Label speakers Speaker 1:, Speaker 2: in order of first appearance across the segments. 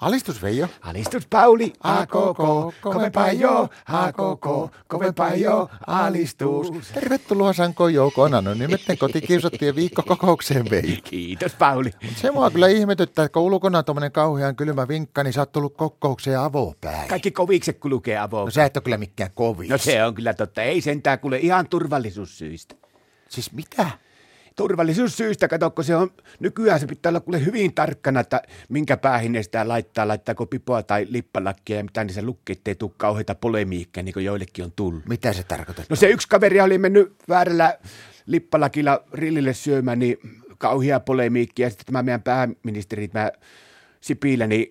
Speaker 1: Alistus Veijo.
Speaker 2: Alistus Pauli,
Speaker 1: A koko, kovempaa jo, A koko, kovempaa jo, alistus. Tervetuloa Sankoon joukoon anonyymitten kotikiusattien viikkokokoukseen Veijo.
Speaker 2: Kiitos Pauli.
Speaker 1: Se mua kyllä ihmetyttää, että kun ulkona on tommonen kauhean kylmä vinkka, niin sä oot tullut kokoukseen avopäin.
Speaker 2: Kaikki kovikset kun lukee avoon.
Speaker 1: No sä et ole kyllä mikään kovin.
Speaker 2: No se on kyllä totta. Ei sentään kuule ihan turvallisuussyistä.
Speaker 1: Siis mitä?
Speaker 2: Turvallisuussyistä, kato, kun se on, nykyään se pitää olla kuule hyvin tarkkana, että minkä päähin ne sitä laittaa, laittaako pipoa tai lippalakkia ja mitä niissä lukee, ettei tule kauheita polemiikkia, niin kuin joillekin on tullut.
Speaker 1: Mitä se tarkoittaa?
Speaker 2: No se yksi kaveri oli mennyt väärällä lippalakilla rillille syömään, niin kauhia polemiikki. Ja sitten tämä meidän pääministeri, tämä Sipilä, niin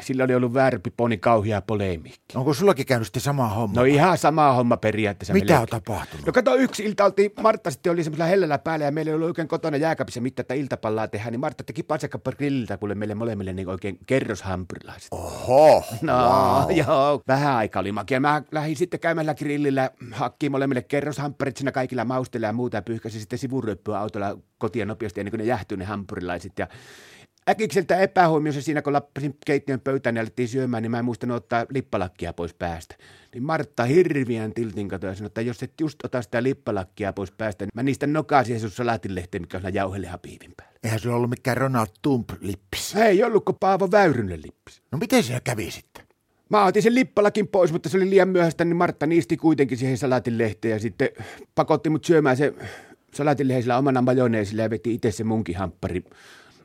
Speaker 2: sillä oli ollut väärä pipo, niin kauhia polemiikki.
Speaker 1: Onko sullakin käynyt sitten sama homma?
Speaker 2: No ihan sama homma periaatteessa.
Speaker 1: Mitä
Speaker 2: meillä-
Speaker 1: on tapahtunut?
Speaker 2: No kato, yksi ilta oltiin, Martta sitten oli semmoisella hellällä päällä ja meillä ei ollut oikein kotona jääkaapissa mitään, että iltapallaa tehdään, niin Martta teki patsakappa grilliltä kuule meille molemmille niin oikein kerroshampurilaiset.
Speaker 1: Oho.
Speaker 2: No, wow. joo. Vähän aika oli makia. Mä lähdin sitten käymällä grillillä, hakkiin molemmille kerroshampparit siinä kaikilla mausteilla ja muuta, ja pyyhkäsin sitten sivuryppyä autolla kotiin nopeasti, ennen kuin ne jähtyy ne hampurilaiset. Ja äkikseltä epähuomiossa siinä, kun lappasin keittiön pöytään ja alettiin syömään, niin mä en muistanut ottaa lippalakkia pois päästä. Niin Martta hirviän tiltin katsoi ja sanoi, että jos et just ota sitä lippalakkia pois päästä, niin mä niistä nokasin sun salaatinlehteen, mikä on siinä jauhelia piivin päällä.
Speaker 1: Eihän sulla ollut mikään Ronald Tump-lippis.
Speaker 2: Ei ollutko Paavo Väyrynen lippis.
Speaker 1: No miten se kävi sitten?
Speaker 2: Mä otin sen lippalakin pois, mutta se oli liian myöhäistä, niin Martta niisti kuitenkin siihen salaatinlehteen ja sitten pakotti mut syömään se salaatinlehdellä omana majoneesilla ja veti itse se munkin hamppari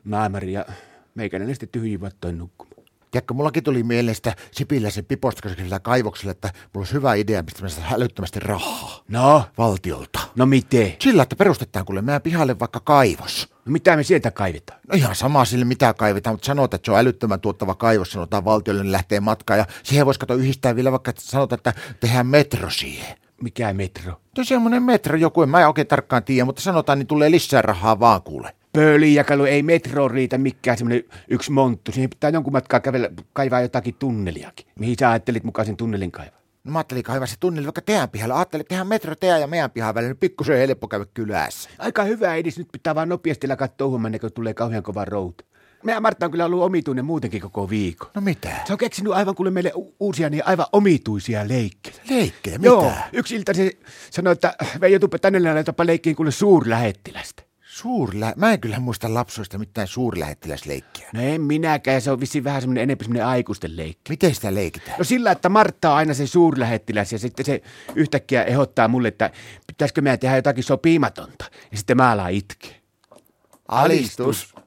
Speaker 2: naamari ja meikäläinen sitten tyhjivät toi nukkumaan.
Speaker 1: Tiedätkö, mullakin tuli mieleen sitä Sipiläisen pipostakoisella kaivoksella, että mulla olisi hyvä idea, mistä mä saan älyttömästi rahaa
Speaker 2: No,
Speaker 1: valtiolta.
Speaker 2: no miten?
Speaker 1: Sillä, että perustetaan kuule meidän pihalle vaikka kaivos.
Speaker 2: No mitä me sieltä kaivetaan?
Speaker 1: No ihan sama sille mitä kaivetaan, mutta sanotaan, että se on älyttömän tuottava kaivos, sanotaan valtiolle, niin lähtee matkaan. Ja siihen voisi katsoa yhdistää vielä vaikka, että sanotaan, että tehdään metro siihen.
Speaker 2: Mikä metro?
Speaker 1: No semmoinen metro joku, en mä oikein tarkkaan tiedä, mutta sanotaan, niin tulee lisää rahaa vaan kuule.
Speaker 2: Pöölijakalu ei metro riitä mikään semmoinen yksi monttu. Siihen pitää jonkun matkaa kävellä, kaivaa jotakin tunneliakin. Mihin sä ajattelit mukaan sen tunnelin kaivaa?
Speaker 1: No mä ajattelin kaivaa se tunneli vaikka teidän pihalla. Ajattelin, että tehdään metro teidän ja meidän pihan välillä, niin pikkusen helppo käydä kylässä.
Speaker 2: Aika hyvä edes, nyt pitää vaan nopeasti alkaa touhumaan, ennen kuin tulee kauhean kova routa. Meidän Martta on kyllä ollut omituinen muutenkin koko viikon.
Speaker 1: No mitä?
Speaker 2: Se on keksinyt aivan kuule meille u- uusia niin aivan omituisia leikkejä.
Speaker 1: Leikkejä, mitä?
Speaker 2: Joo, yksi ilta se sanoi, että Veijo Tuppe tänne laitapa leikkiin kuule suurlähettilästä.
Speaker 1: Suurlä... Mä en kyllä muista lapsuista mitään suurlähettiläsleikkiä.
Speaker 2: No en minäkään, se on vissiin vähän semmoinen enemmän semmoinen aikuisten leikki.
Speaker 1: Miten sitä leikitään?
Speaker 2: No sillä, että Martta on aina se suurlähettiläs ja sitten se yhtäkkiä ehdottaa mulle, että pitäisikö meidän tehdä jotakin sopimatonta. Ja sitten mä alan itkeä.
Speaker 1: Alistus.